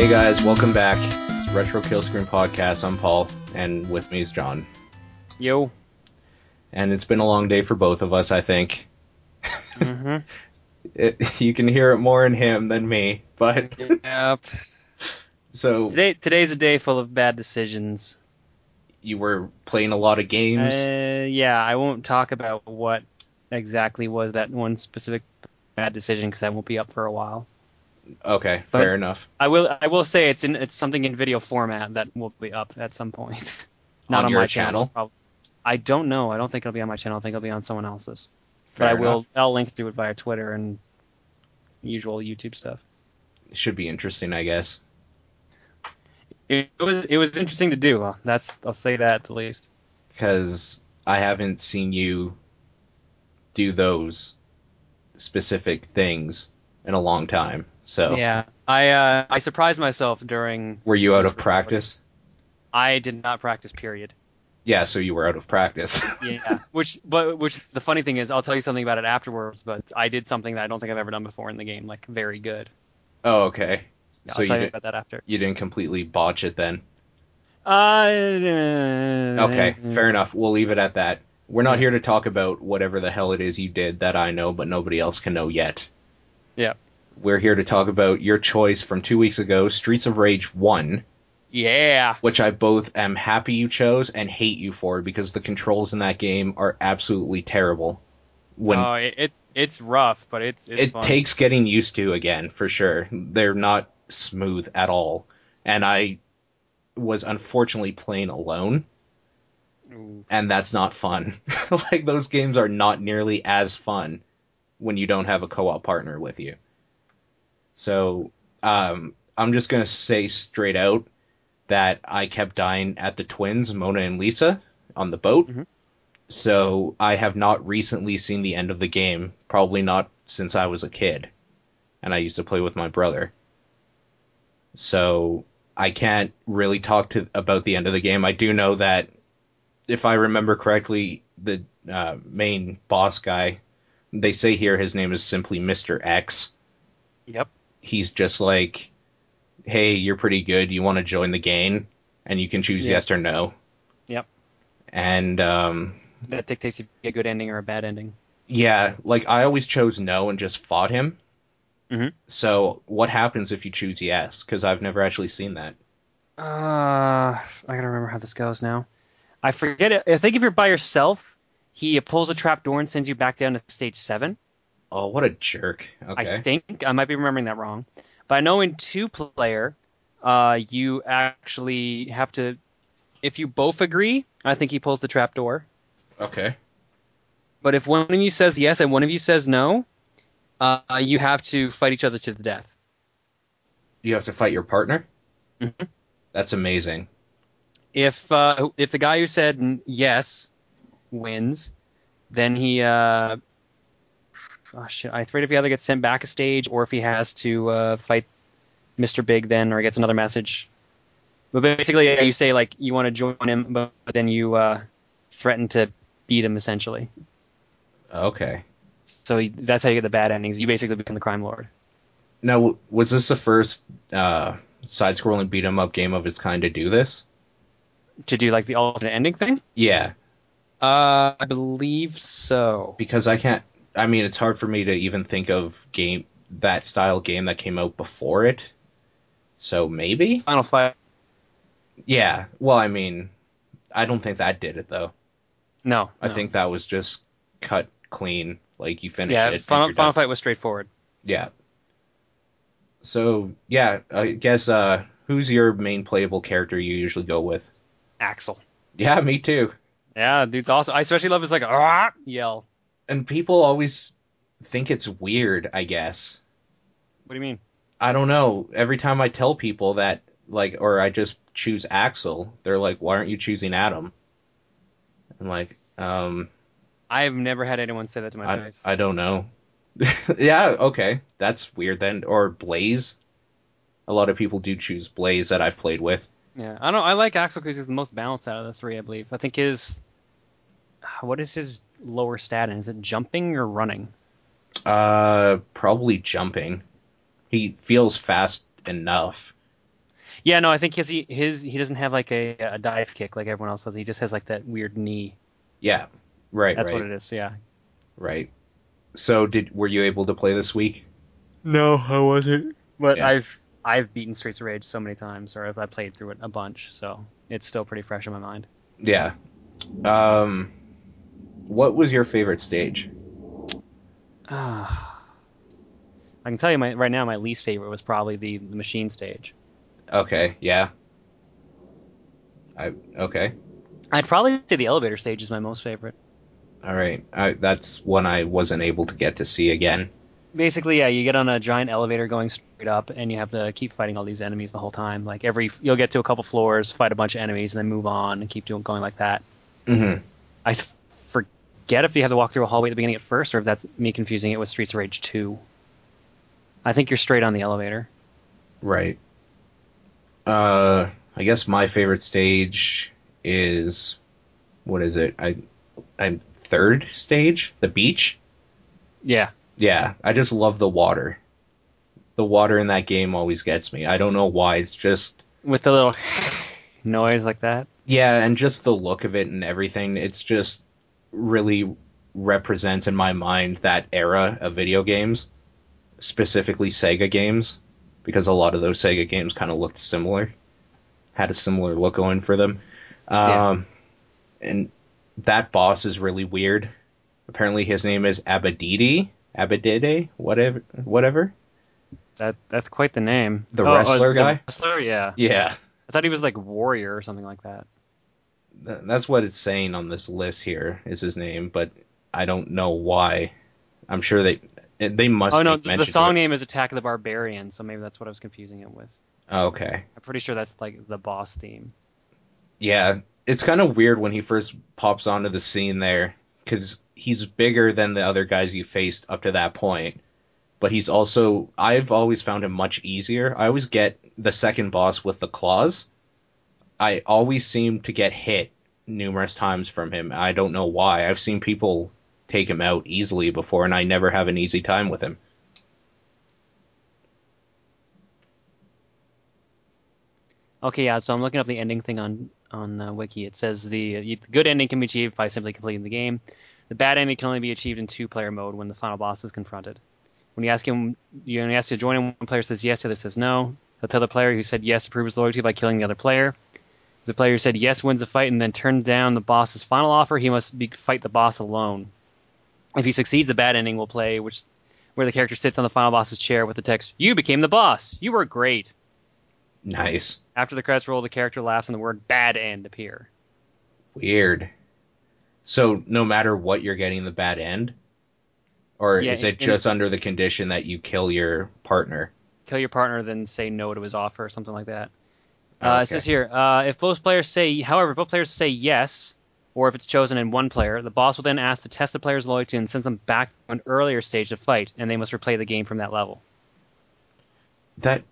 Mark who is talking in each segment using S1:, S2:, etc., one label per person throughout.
S1: Hey guys, welcome back. It's Retro Kill Screen Podcast. I'm Paul, and with me is John.
S2: Yo.
S1: And it's been a long day for both of us, I think.
S2: Mhm.
S1: It, you can hear it more in him than me, but
S2: Yep.
S1: so
S2: Today, today's a day full of bad decisions.
S1: you were playing a lot of games.
S2: Uh, yeah, I won't talk about what exactly was that one specific bad decision because that won't be up for a while.
S1: okay,
S2: but-
S1: fair enough.
S2: I will. I will say it's in. It's something in video format that will be up at some point. Not
S1: On
S2: on,
S1: your
S2: my
S1: channel?
S2: probably. I don't know. I don't think it'll be on my channel. I think it'll be on someone else's.
S1: Fair
S2: but I will.
S1: enough.
S2: I'll link through it via Twitter and usual YouTube stuff.
S1: Should be interesting, I guess.
S2: It, it was. It was interesting to do. Uh, That's. I'll say that at the least.
S1: because I haven't seen you do those specific things in a long time. So,
S2: Yeah, I uh, I surprised myself during.
S1: were you out
S2: This
S1: of
S2: recording.
S1: practice?
S2: I did not practice. Period.
S1: Yeah, so you were out of practice.
S2: Yeah. which, but which the funny thing is, I'll tell you something about it afterwards. But I did something that I don't think I've ever done before in the game, like very good.
S1: oh, okay.
S2: Yeah,
S1: so
S2: I'll
S1: you
S2: tell you
S1: did,
S2: about that after.
S1: you didn't completely botch it then.
S2: Uh,
S1: Okay, fair enough. We'll leave it at that. We're not here to talk about whatever the hell it is you did that I know, but nobody else can know yet.
S2: Yeah.
S1: We're here to talk about your choice from two weeks ago, Streets of Rage 1.
S2: Yeah,
S1: which I both am happy you chose and hate you for because the controls in that game are absolutely terrible. When
S2: oh, it, it it's rough, but it's it's
S1: it
S2: fun.
S1: takes getting used to again, for sure. They're not smooth at all. And I was unfortunately playing alone,
S2: Ooh.
S1: and that's not fun. like those games are not nearly as fun when you don't have a co-op partner with you. So, um, I'm just gonna say straight out that I kept dying at the twins, Mona and Lisa, on the boat.
S2: Mhm.
S1: So I have not recently seen the end of the game. Probably not since I was a kid, and I used to play with my brother. So I can't really talk to about the end of the game. I do know that, if I remember correctly, the uh, main boss guy. They say here his name is simply Mr. X
S2: Yep.
S1: he's just like, "Hey, you're pretty good. You want to join the gang?" And you can choose
S2: Yeah.
S1: yes or no.
S2: Yep.
S1: And um,
S2: That dictates if you get a good ending or a bad ending.
S1: yeah, like I always chose no and just fought him.
S2: Mhm.
S1: So what happens if you choose yes? Because I've never actually seen that.
S2: Uh, I gotta remember how this goes now. I forget it. I think if you're by yourself, he pulls a trap door and sends you back down to stage seven.
S1: Oh, what a jerk. Okay.
S2: I think I might be remembering that wrong, but I know in two player, uh, you actually have to. If you both agree, I think he pulls the trap door.
S1: okay.
S2: But if one of you says yes and one of you says no, uh, you have to fight each other to the death.
S1: You have to fight your partner.
S2: Mhm.
S1: That's amazing.
S2: If uh, if the guy who said n- yes wins, then he. Uh, oh shit! I afraid if he either gets sent back a stage or if he has to uh, fight Mr. Big, then or gets another message. But basically, yeah, you say like you want to join him, but but then you uh, threaten to beat him essentially.
S1: Okay.
S2: So he, that's how you get the bad endings. You basically become the crime lord.
S1: Now, was this the first uh, side-scrolling beat 'em up game of its kind to do this?
S2: to do like the alternate ending thing?
S1: Yeah.
S2: Uh, I believe so.
S1: because I can't. I mean, it's hard for me to even think of game that style game that came out before it. So maybe,
S2: Final fight?
S1: yeah. Well, I mean, I don't think that did it though.
S2: No,
S1: I
S2: no.
S1: think that was just cut clean, like you finish it.
S2: yeah.
S1: and
S2: Final,
S1: you're
S2: final
S1: done.
S2: fight was straightforward.
S1: Yeah. So yeah, I guess uh, who's your main playable character you usually go with?
S2: Axel.
S1: Yeah, me too.
S2: Yeah, dude's awesome. I especially love his like ah yell.
S1: And people always think it's weird. I guess.
S2: What do you mean?
S1: I don't know. Every time I tell people that, like, or I just choose Axel, they're like, "Why aren't you choosing Adam?" I'm like, um,
S2: I've never had anyone say that to my
S1: I,
S2: face.
S1: I don't know. yeah, okay, that's weird then. Or Blaze. A lot of people do choose Blaze that I've played with.
S2: yeah, I don't. I like Axel because he's the most balanced out of the three, I believe. I think his ah, what is his lower stat? And is it jumping or running?
S1: Uh, probably jumping. He feels fast enough
S2: Yeah, no, I think his he his he doesn't have like a, a dive kick like everyone else does. He just has like that weird knee.
S1: Yeah, right.
S2: That's
S1: right,
S2: what it is. Yeah.
S1: Right. So did were you able to play this week?
S2: No, I wasn't. But
S1: Yeah.
S2: I've I've beaten Streets of Rage so many times, or I've I played through it a bunch, so it's still pretty fresh in my mind.
S1: Yeah. Um, what was your favorite stage?
S2: Ah. I can tell you, my right now my least favorite was probably the, the machine stage.
S1: Okay, yeah. I okay.
S2: I'd probably say the elevator stage is my most favorite.
S1: All right. I, that's one I wasn't able to get to see again.
S2: Basically, yeah, you get on a giant elevator going straight up, and you have to keep fighting all these enemies the whole time. Like every, you'll get to a couple floors, fight a bunch of enemies, and then move on and keep doing going like that.
S1: Mm-hmm.
S2: I th- forget if you have to walk through a hallway at the beginning at first, or if that's me confusing it with Streets of Rage 2. I think you're straight on the elevator.
S1: Right. Uh, I guess my favorite stage is what is it? I I'm third stage, the beach.
S2: Yeah.
S1: Yeah, I just love the water. The water in that game always gets me. I don't know why. It's just
S2: With the little noise like that.
S1: yeah, and just the look of it and everything. It's just really represents in my mind that era of video games, specifically Sega games, because a lot of those Sega games kind of looked similar, had a similar look going for them.
S2: Yeah.
S1: Um, And that boss is really weird. Apparently, his name is Abadidi, Abadide, whatever, whatever.
S2: That that's quite the name. Oh, uh,
S1: The wrestler
S2: the
S1: guy?
S2: wrestler, yeah.
S1: Yeah.
S2: I thought he was like warrior or something like that.
S1: Th- that's what it's saying on this list here is his name, but I don't know why. I'm sure they they must.
S2: oh no,
S1: make
S2: the, the
S1: mention of
S2: song
S1: it.
S2: name is Attack of the Barbarian, so maybe that's what I was confusing it with.
S1: Oh, okay,
S2: I'm pretty sure that's like the boss theme.
S1: yeah, it's kind of weird when he first pops onto the scene there because he's bigger than the other guys you faced up to that point. But he's also I've always found him much easier. I always get the second boss with the claws. I always seem to get hit numerous times from him. I don't know why. I've seen people take him out easily before, and I never have an easy time with him.
S2: Okay, yeah. So I'm looking up the ending thing on on uh, Wiki. It says the, uh, the good ending can be achieved by simply completing the game. The bad ending can only be achieved in two-player mode when the final boss is confronted. When you ask him, you, when you ask you to join him, one player says yes, the other says no. He'll tell the player who said yes to prove his loyalty by killing the other player. If the player who said yes wins the fight and then turned down the boss's final offer, he must be, fight the boss alone. If he succeeds, the bad ending will play, which where the character sits on the final boss's chair with the text, "You became the boss. You were great."
S1: Nice.
S2: After the credits roll, the character laughs and the word bad end appear.
S1: Weird. So no matter what, you're getting the bad end, or
S2: Yeah,
S1: is it
S2: in-
S1: just under the condition that you kill your partner?
S2: Kill your partner, then say no to his offer or something like that.
S1: Oh,
S2: Uh,
S1: okay.
S2: It says here, uh, if both players say, however, if both players say yes, or if it's chosen in one player, the boss will then ask to test the player's loyalty and sends them back to an earlier stage to fight, and they must replay the game from that level.
S1: That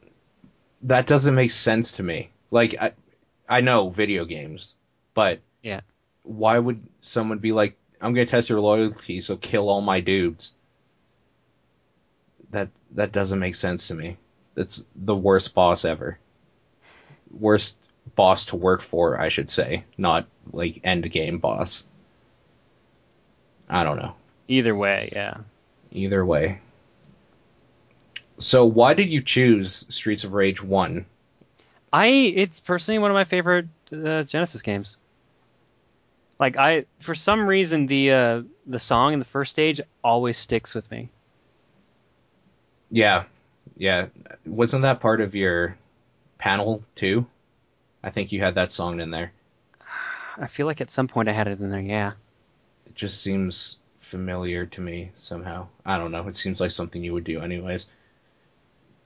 S1: that doesn't make sense to me. Like I, I know video games, but
S2: Yeah.
S1: why would someone be like, "I'm gonna test your loyalty, so kill all my dudes"? That that doesn't make sense to me. That's the worst boss ever. Worst boss to work for, I should say, not like end game boss. I don't know.
S2: Either way, yeah.
S1: Either way. So why did you choose Streets of Rage 1?
S2: I it's personally one of my favorite uh, Genesis games. Like I, for some reason, the uh, the song in the first stage always sticks with me.
S1: Yeah. Yeah. Wasn't that part of your panel too? I think you had that song in there.
S2: I feel like at some point I had it in there. Yeah.
S1: It just seems familiar to me somehow. I don't know. It seems like something you would do anyways.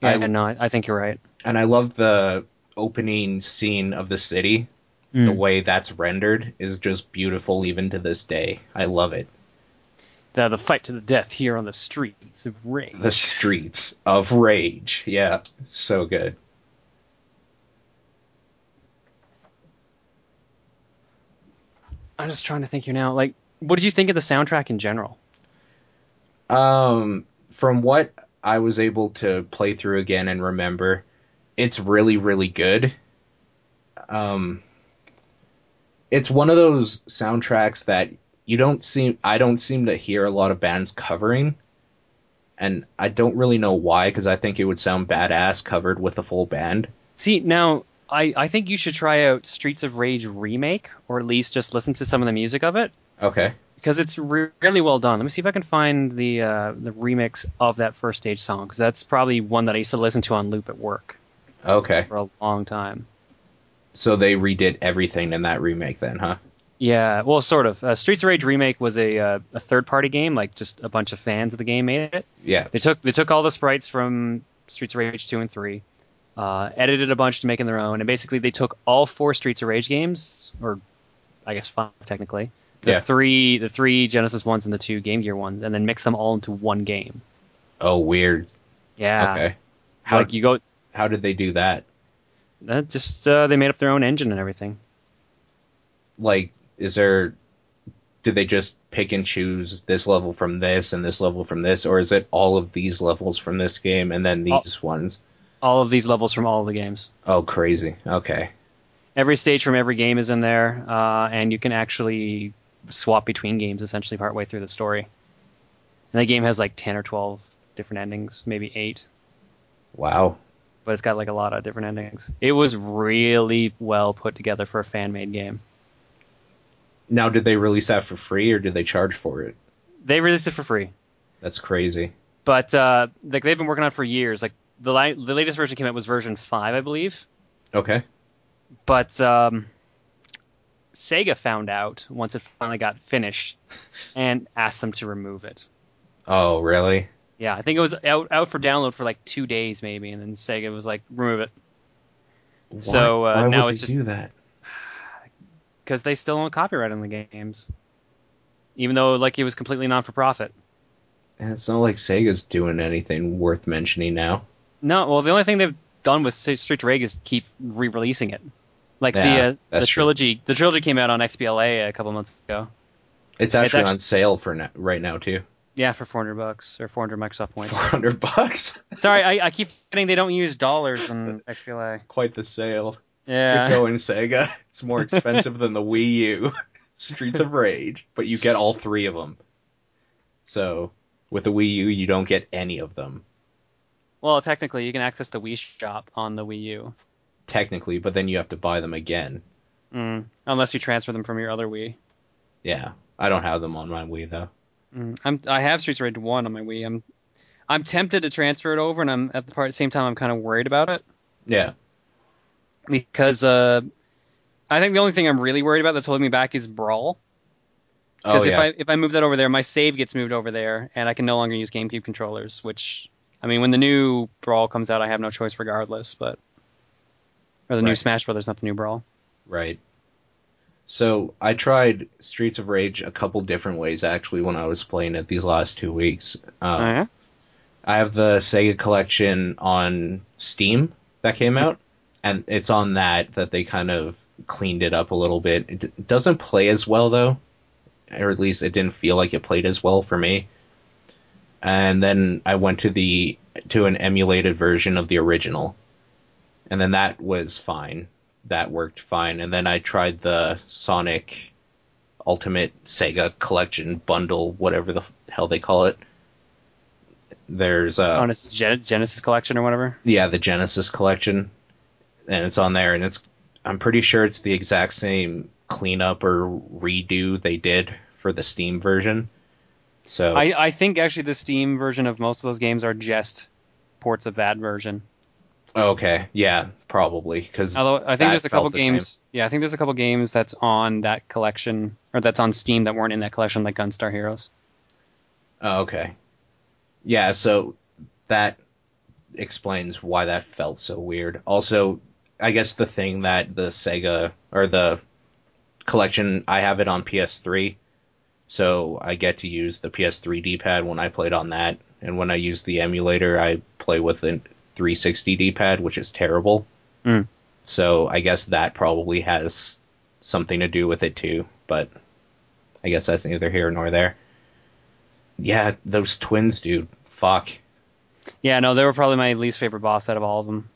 S2: Yeah,
S1: I-
S2: I, no, I I think you're right.
S1: And I love the opening scene of the city. The way that's rendered is just beautiful even to this day. I love it.
S2: The, the fight to the death here on the streets of Rage.
S1: The streets of rage. Yeah. So good.
S2: I'm just trying to think here now. Like, what did you think of the soundtrack in general?
S1: Um, from what I was able to play through again and remember, it's really really good. Um, it's one of those soundtracks that you don't seem I don't seem to hear a lot of bands covering, and I don't really know why because I think it would sound badass covered with a full band.
S2: See, now I, I think you should try out Streets of Rage remake, or at least just listen to some of the music of it
S1: Okay,
S2: because it's re- really well done. Let me see if I can find the uh, the remix of that first stage song because that's probably one that I used to listen to on loop at work
S1: okay.
S2: for a long time.
S1: So they redid everything in that remake, then, huh?
S2: Yeah, well, sort of. Uh, Streets of Rage remake was a uh, a third party game, like just a bunch of fans of the game made it.
S1: Yeah.
S2: They took they took all the sprites from Streets of Rage two and three, uh, edited a bunch to make them their own, and basically they took all four Streets of Rage games, or I guess five technically, the
S1: Yeah.
S2: three the three Genesis ones and the two Game Gear ones, and then mixed them all into one game.
S1: Oh, weird.
S2: Yeah,
S1: Okay. How
S2: like you go,
S1: how did they do that?
S2: uh, just uh, they made up their own engine and everything.
S1: Like, is there? Did they just pick and choose this level from this and this level from this, or is it all of these levels from this game and then these ones?
S2: All of these levels from all of the games.
S1: Oh, crazy. Okay.
S2: every stage from every game is in there, uh, and you can actually swap between games essentially partway through the story. And the game has like ten or twelve different endings, maybe eight,
S1: Wow.
S2: but it's got like a lot of different endings. It was really well put together for a fan made game.
S1: Now, did they release that for free or did they charge for it?
S2: They released it for free,
S1: That's crazy.
S2: but uh, like they've been working on it for years. Like the li- the latest version came out was version five, I believe.
S1: Okay.
S2: But um, Sega found out once it finally got finished, and asked them to remove it.
S1: Oh, really?
S2: Yeah, I think it was out out for download for like two days maybe, and then Sega was like, remove it So, uh,
S1: Why- why
S2: now
S1: would
S2: it's
S1: they
S2: just-
S1: do that.
S2: because they still own copyright on the games, even though like it was completely non for profit.
S1: And it's not like Sega's doing anything worth mentioning now.
S2: No, well the only thing they've done with S- Street Rage is keep re-releasing it. Like
S1: Yeah,
S2: the uh, the
S1: that's true.
S2: trilogy, the trilogy came out on XBLA a couple months ago.
S1: It's actually
S2: actu-
S1: on sale for now, right now too.
S2: Yeah, for 400 bucks or 400 Microsoft points.
S1: Four hundred bucks.
S2: Sorry, I, I keep forgetting they don't use dollars in XBLA.
S1: Quite the sale.
S2: Yeah.
S1: Get going, Sega. It's more expensive than the Wii U, Streets of Rage, but you get all three of them. So with the Wii U, you don't get any of them
S2: Well, technically, you can access the Wii Shop on the Wii U,
S1: technically, but then you have to buy them again.
S2: mm. unless you transfer them from your other Wii.
S1: Yeah, I don't have them on my Wii though.
S2: Mm, I'm I have Streets of Rage one on my Wii. I'm I'm tempted to transfer it over, and I'm at the part, same time I'm kind of worried about it
S1: Yeah,
S2: because uh, I think the only thing I'm really worried about that's holding me back is Brawl.
S1: oh
S2: Because if
S1: yeah,
S2: I if I move that over there, my save gets moved over there, and I can no longer use GameCube controllers. Which I mean, when the new Brawl comes out, I have no choice regardless. But or the new
S1: Right.
S2: Smash Brothers, not the new Brawl.
S1: right. So I tried Streets of Rage a couple different ways actually when I was playing it these last two weeks. Um,
S2: Oh, yeah?
S1: I have the Sega collection on Steam that came out, and it's on that that they kind of cleaned it up a little bit. It d- doesn't play as well though, or at least it didn't feel like it played as well for me. And then I went to the to an emulated version of the original, and then that was fine. That worked fine. And then I tried the Sonic Ultimate Sega Collection bundle, whatever the f- hell they call it. There's uh,
S2: on its Gen- Genesis collection or whatever.
S1: yeah the genesis collection and it's on there and it's i'm pretty sure it's the exact same cleanup or redo they did for the steam version so
S2: I, I think actually the Steam version of most of those games are just ports of that version.
S1: okay yeah probably because
S2: Although I
S1: that
S2: think there's a
S1: felt
S2: couple
S1: the
S2: games. Yeah, I think there's a couple games that's on that collection or that's on Steam that weren't in that collection, like Gunstar Heroes.
S1: oh, okay yeah so that explains why that felt so weird also i guess the thing that the sega or the collection i have it on ps3 so I get to use the PS3 D-pad when I played on that, and when I use the emulator, I play with a 360 D-pad, which is terrible.
S2: Mm.
S1: So I guess that probably has something to do with it too, but I guess that's neither here nor there. Yeah, those twins, dude. Fuck.
S2: Yeah, no, they were probably my least favorite boss out of all of them.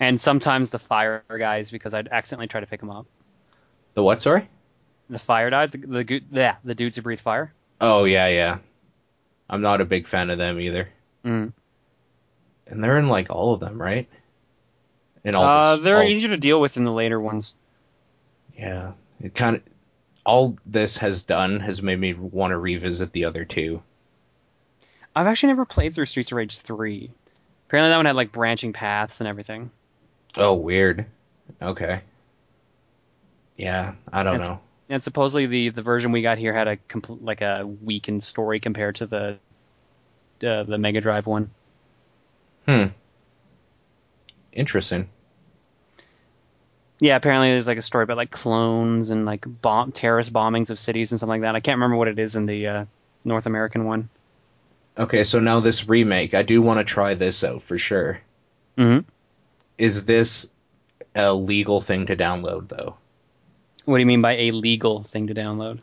S2: and sometimes the fire guys because I'd accidentally try to pick them up.
S1: The what? Sorry.
S2: The fire guys, the the, gu- yeah, the dudes who breathe fire.
S1: Oh yeah, yeah. I'm not a big fan of them either.
S2: Mm.
S1: And they're in like all of them, right? In all.
S2: Uh,
S1: this-
S2: they're
S1: all-
S2: easier to deal with in the later ones.
S1: Yeah. It kind of. All this has done has made me want to revisit the other two.
S2: I've actually never played through Streets of Rage three. Apparently that one had like branching paths and everything.
S1: Oh, weird. Okay. Yeah, I don't
S2: That's-
S1: know.
S2: And supposedly the the version we got here had a compl- like a weakened story compared to the uh, the Mega Drive one.
S1: Hmm. Interesting.
S2: Yeah, apparently there's like a story about like clones and like bomb terrorist bombings of cities and something like that. I can't remember what it is in the uh, North American one.
S1: Okay, so now this remake, I do want to try this out for sure.
S2: Mm-hmm.
S1: Is this a legal thing to download though?
S2: What do you mean by a legal thing to download?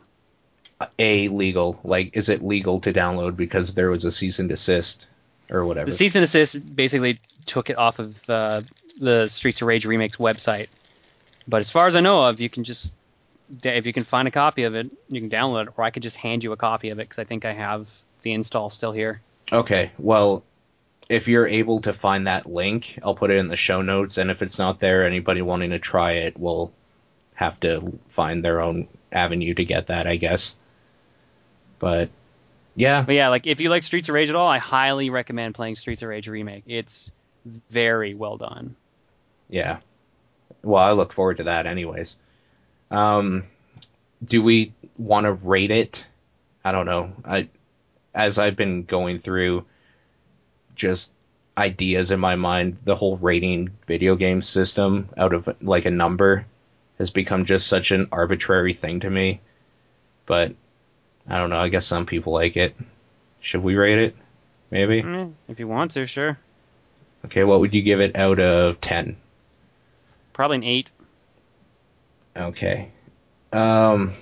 S1: A legal, like is it legal to download because there was a cease and desist or whatever?
S2: The cease and desist basically took it off of uh, the Streets of Rage remakes website. But as far as I know of, you can just if you can find a copy of it, you can download it, or I could just hand you a copy of it because I think I have the install still here.
S1: okay, well, if you're able to find that link, I'll put it in the show notes and if it's not there, anybody wanting to try it will have to find their own avenue to get that, I guess. But yeah,
S2: But yeah, like if you like Streets of Rage at all, I highly recommend playing Streets of Rage remake. It's very well done.
S1: Yeah. Well, I look forward to that anyways. Um do we want to rate it? I don't know. I as I've been going through just ideas in my mind, the whole rating video game system out of like a number has become just such an arbitrary thing to me. But I don't know, I guess some people like it. Should we rate it? Maybe.
S2: Eh, If you want to, sure.
S1: Okay, what would you give it out of 10?
S2: Probably an eight.
S1: Okay. Um,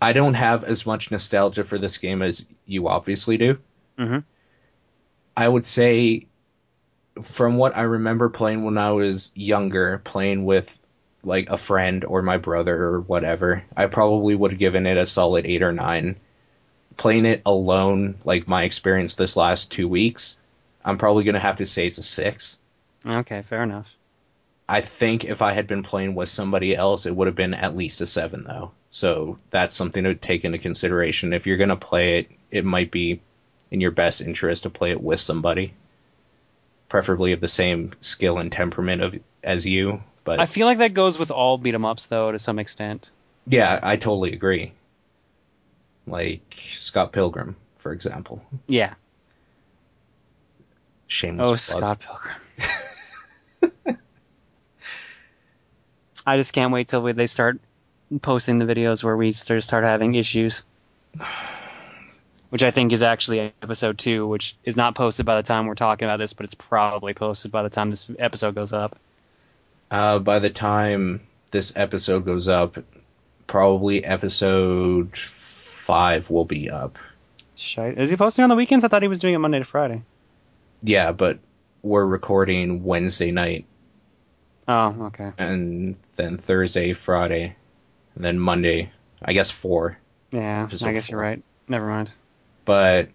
S1: I don't have as much nostalgia for this game as you obviously do.
S2: Mhm.
S1: I would say, from what I remember playing when I was younger, playing with like a friend or my brother or whatever, I probably would have given it a solid eight or nine. Playing it alone, like my experience this last two weeks, I'm probably going to have to say it's a six.
S2: Okay, fair enough.
S1: I think if I had been playing with somebody else, it would have been at least a seven, though. So that's something to take into consideration. If you're going to play it, it might be in your best interest to play it with somebody, preferably of the same skill and temperament of as you. But
S2: I feel like that goes with all beat 'em ups though, to some extent.
S1: yeah, I totally agree. Like Scott Pilgrim, for example.
S2: Yeah.
S1: Shameless.
S2: Oh,
S1: plug.
S2: Scott Pilgrim. I just can't wait till we, they start posting the videos where we start, start having issues. Which I think is actually episode two, which is not posted by the time we're talking about this, but it's probably posted by the time this episode goes up.
S1: Uh, by the time this episode goes up, probably episode five will be up.
S2: Shite. Is he posting on the weekends? I thought he was doing it Monday to Friday.
S1: Yeah, but we're recording Wednesday night
S2: Oh, okay.
S1: and then Thursday, Friday, and then Monday. I guess four.
S2: Yeah,
S1: Episode
S2: I guess
S1: four.
S2: you're right. Never mind.
S1: But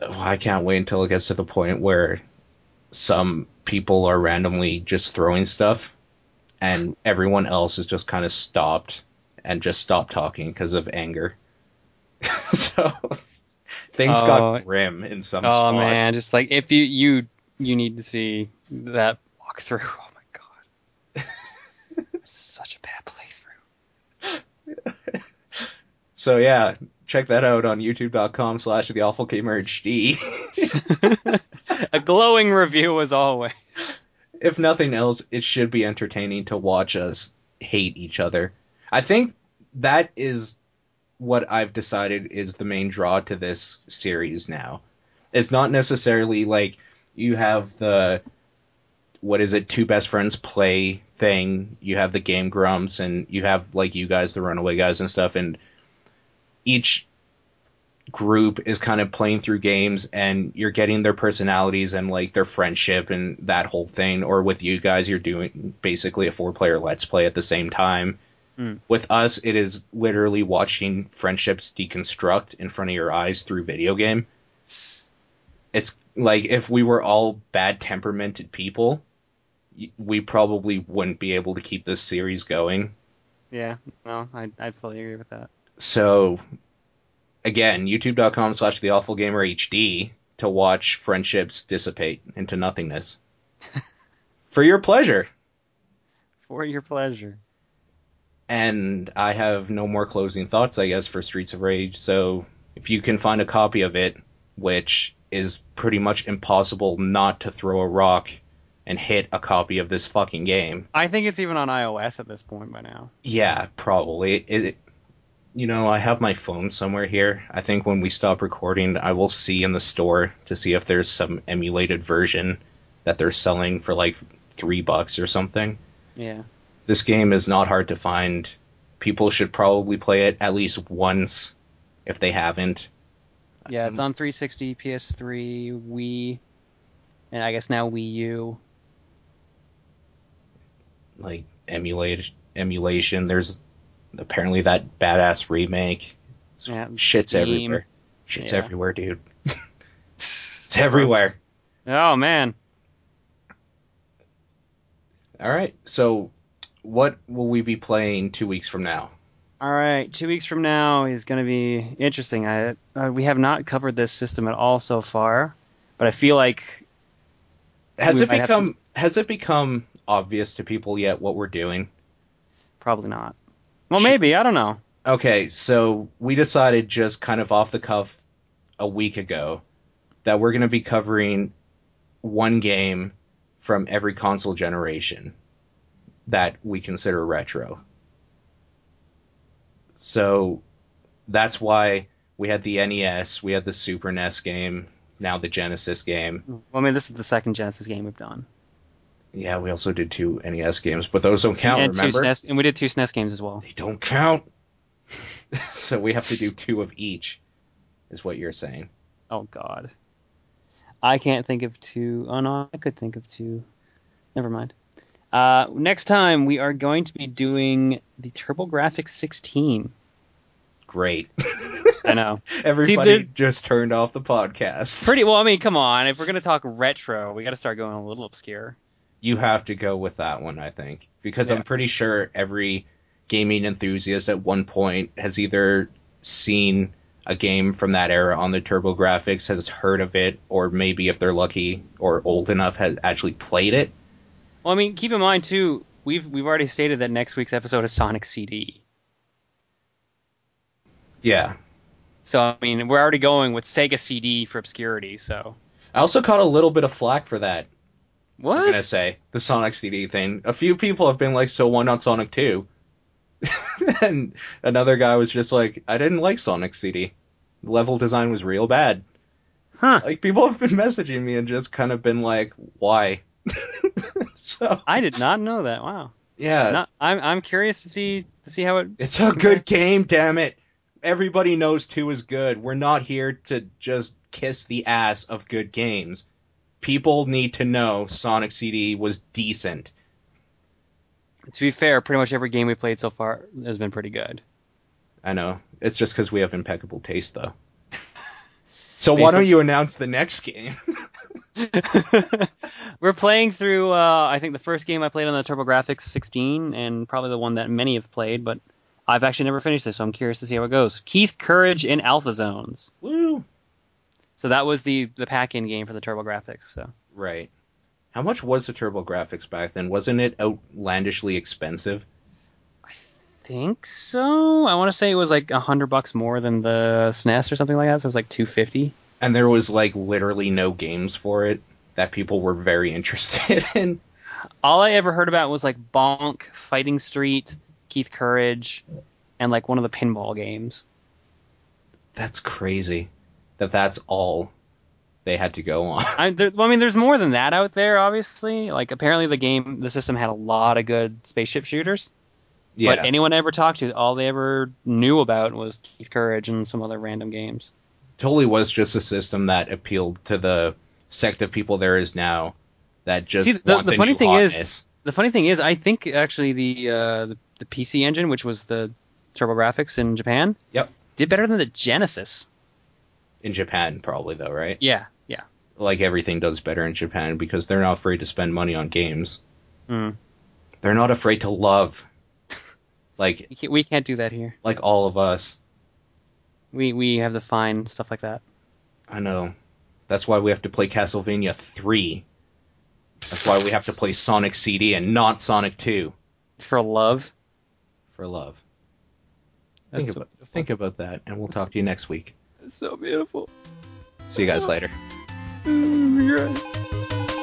S1: oh, I can't wait until it gets to the point where some people are randomly just throwing stuff and everyone else is just kind of stopped and just stopped talking because of anger. so things
S2: Oh.
S1: got grim in some
S2: Oh
S1: spots.
S2: man, just like if you you you need to see that walkthrough. Oh my god, such a bad playthrough.
S1: So yeah, check that out on youtube.com slash the awful Merge D.
S2: A glowing review as always.
S1: if nothing else, it should be entertaining to watch us hate each other. I think that is what I've decided is the main draw to this series now. It's not necessarily like you have the what is it, two best friends play thing, you have the game grumps and you have like you guys, the runaway guys and stuff, and each group is kind of playing through games and you're getting their personalities and like their friendship and that whole thing or with you guys you're doing basically a four player let's play at the same time
S2: Mm.
S1: with us it is literally watching friendships deconstruct in front of your eyes through video game it's like if we were all bad temperamented people y- we probably wouldn't be able to keep this series going
S2: Yeah, no, I I fully agree with that.
S1: so again youtube.com slash the awful gamer hd to watch friendships dissipate into nothingness for your pleasure
S2: For your pleasure.
S1: and i have no more closing thoughts i guess for streets of rage so if you can find a copy of it which is pretty much impossible not to throw a rock and hit a copy of this fucking game
S2: I think it's even on iOS at this point by now.
S1: Yeah, probably. It, it, you know, I have my phone somewhere here. I think when we stop recording, I will see in the store to see if there's some emulated version that they're selling for like three bucks or something.
S2: Yeah.
S1: This game is not hard to find. People should probably play it at least once if they haven't.
S2: Uh, Yeah, it's on 360, PS3, Wii, and I guess now Wii U.
S1: Like emulate emulation. There's apparently that badass remake.
S2: Yeah,
S1: Shit's
S2: Steam.
S1: everywhere. Shit's
S2: Yeah.
S1: everywhere, dude. it's everywhere.
S2: Oh man.
S1: All right. So, what will we be playing two weeks from now?
S2: All right, two weeks from now is going to be interesting. I uh, we have not covered this system at all so far, but I feel like
S1: Has
S2: We
S1: it
S2: might have
S1: become has it become obvious to people yet what we're doing?
S2: probably not. Well,
S1: Sh-
S2: maybe I don't know.
S1: Okay, so we decided just kind of off the cuff a week ago that we're going to be covering one game from every console generation that we consider retro. So that's why we had the NES, we had the Super NES game, now the Genesis game.
S2: Well, I mean, this is the second Genesis game we've done,
S1: Yeah, we also did two NES games, but those don't count,
S2: and
S1: remember?
S2: two E SNES, and we did two SNES games as well.
S1: They don't count. so we have to do two of each, is what you're saying.
S2: Oh God, I can't think of two. Oh no, I could think of two. Never mind. Uh, next time we are going to be doing the TurboGrafx 16.
S1: Great.
S2: I know.
S1: Everybody
S2: there-
S1: just turned off the podcast.
S2: Pretty well. I mean, come on. If we're gonna talk retro, we got to start going a little obscure.
S1: You have to go with that one, I think, because
S2: Yeah.
S1: I'm pretty sure every gaming enthusiast at one point has either seen a game from that era on the TurboGrafx, has heard of it, or maybe if they're lucky or old enough, has actually played it.
S2: Well, I mean, keep in mind too, we've we've already stated that next week's episode is Sonic CD.
S1: Yeah.
S2: So I mean, we're already going with Sega CD for obscurity. So
S1: I also caught a little bit of flack for that. I'm
S2: what?
S1: gonna say the Sonic CD thing. A few people have been like, "So why not Sonic 2? and another guy was just like, "I didn't like Sonic CD. The level design was real bad."
S2: Huh?
S1: Like people have been messaging me and just kind of been like, "Why?" so
S2: I did not know that. Wow.
S1: yeah,
S2: Not, I'm I'm curious to see to see how it.
S1: it's a good game. Damn it! Everybody knows two is good. We're not here to just kiss the ass of good games. People need to know Sonic CD was decent.
S2: To be fair, pretty much every game we played so far has been pretty good.
S1: I know. It's just because we have impeccable taste, though. So
S2: Based
S1: why
S2: on-
S1: don't you announce the next game?
S2: we're playing through. Uh, I think the first game I played on the TurboGrafx 16, and probably the one that many have played, but I've actually never finished this, so I'm curious to see how it goes. Keith Courage in Alpha Zones.
S1: Woo!
S2: So that was the the pack in game for the TurboGrafx. So
S1: Right. How much was the TurboGrafx back then? Wasn't it outlandishly expensive?
S2: think so. I want to say it was like a hundred bucks more than the SNES or something like that. So it was like two fifty.
S1: And there was like literally no games for it that people were very interested in.
S2: All I ever heard about was like Bonk, Fighting Street, Keith Courage, and like one of the pinball games.
S1: That's crazy. That that's all they had to go on.
S2: I, there, well, I mean, there's more than that out there. Obviously, like apparently the game, the system had a lot of good spaceship shooters.
S1: yeah.
S2: But anyone I ever talked to, all they ever knew about was Keith Courage and some other random games.
S1: totally was just a system that appealed to the sect of people there is now that just
S2: See, the-
S1: want
S2: the
S1: the,
S2: funny
S1: new
S2: thing is-
S1: hotness.
S2: The funny thing is, I think actually the uh, the, the PC engine, which was the TurboGrafx in Japan,
S1: Yep.
S2: did better than the Genesis.
S1: in Japan probably though, right?
S2: Yeah, yeah.
S1: Like everything does better in Japan because they're not afraid to spend money on games. Hmm.
S2: Mm.
S1: They're not afraid to love. Like
S2: We can't, we can't do that here.
S1: like all of us.
S2: We we have to find stuff like that.
S1: I know. That's why we have to play Castlevania 3. That's why we have to play Sonic CD and not Sonic 2
S2: For love,
S1: for love.
S2: that's
S1: think,
S2: so,
S1: about, think about that, and we'll talk to you next week.
S2: that's so beautiful.
S1: See you guys later.
S2: Oh my God.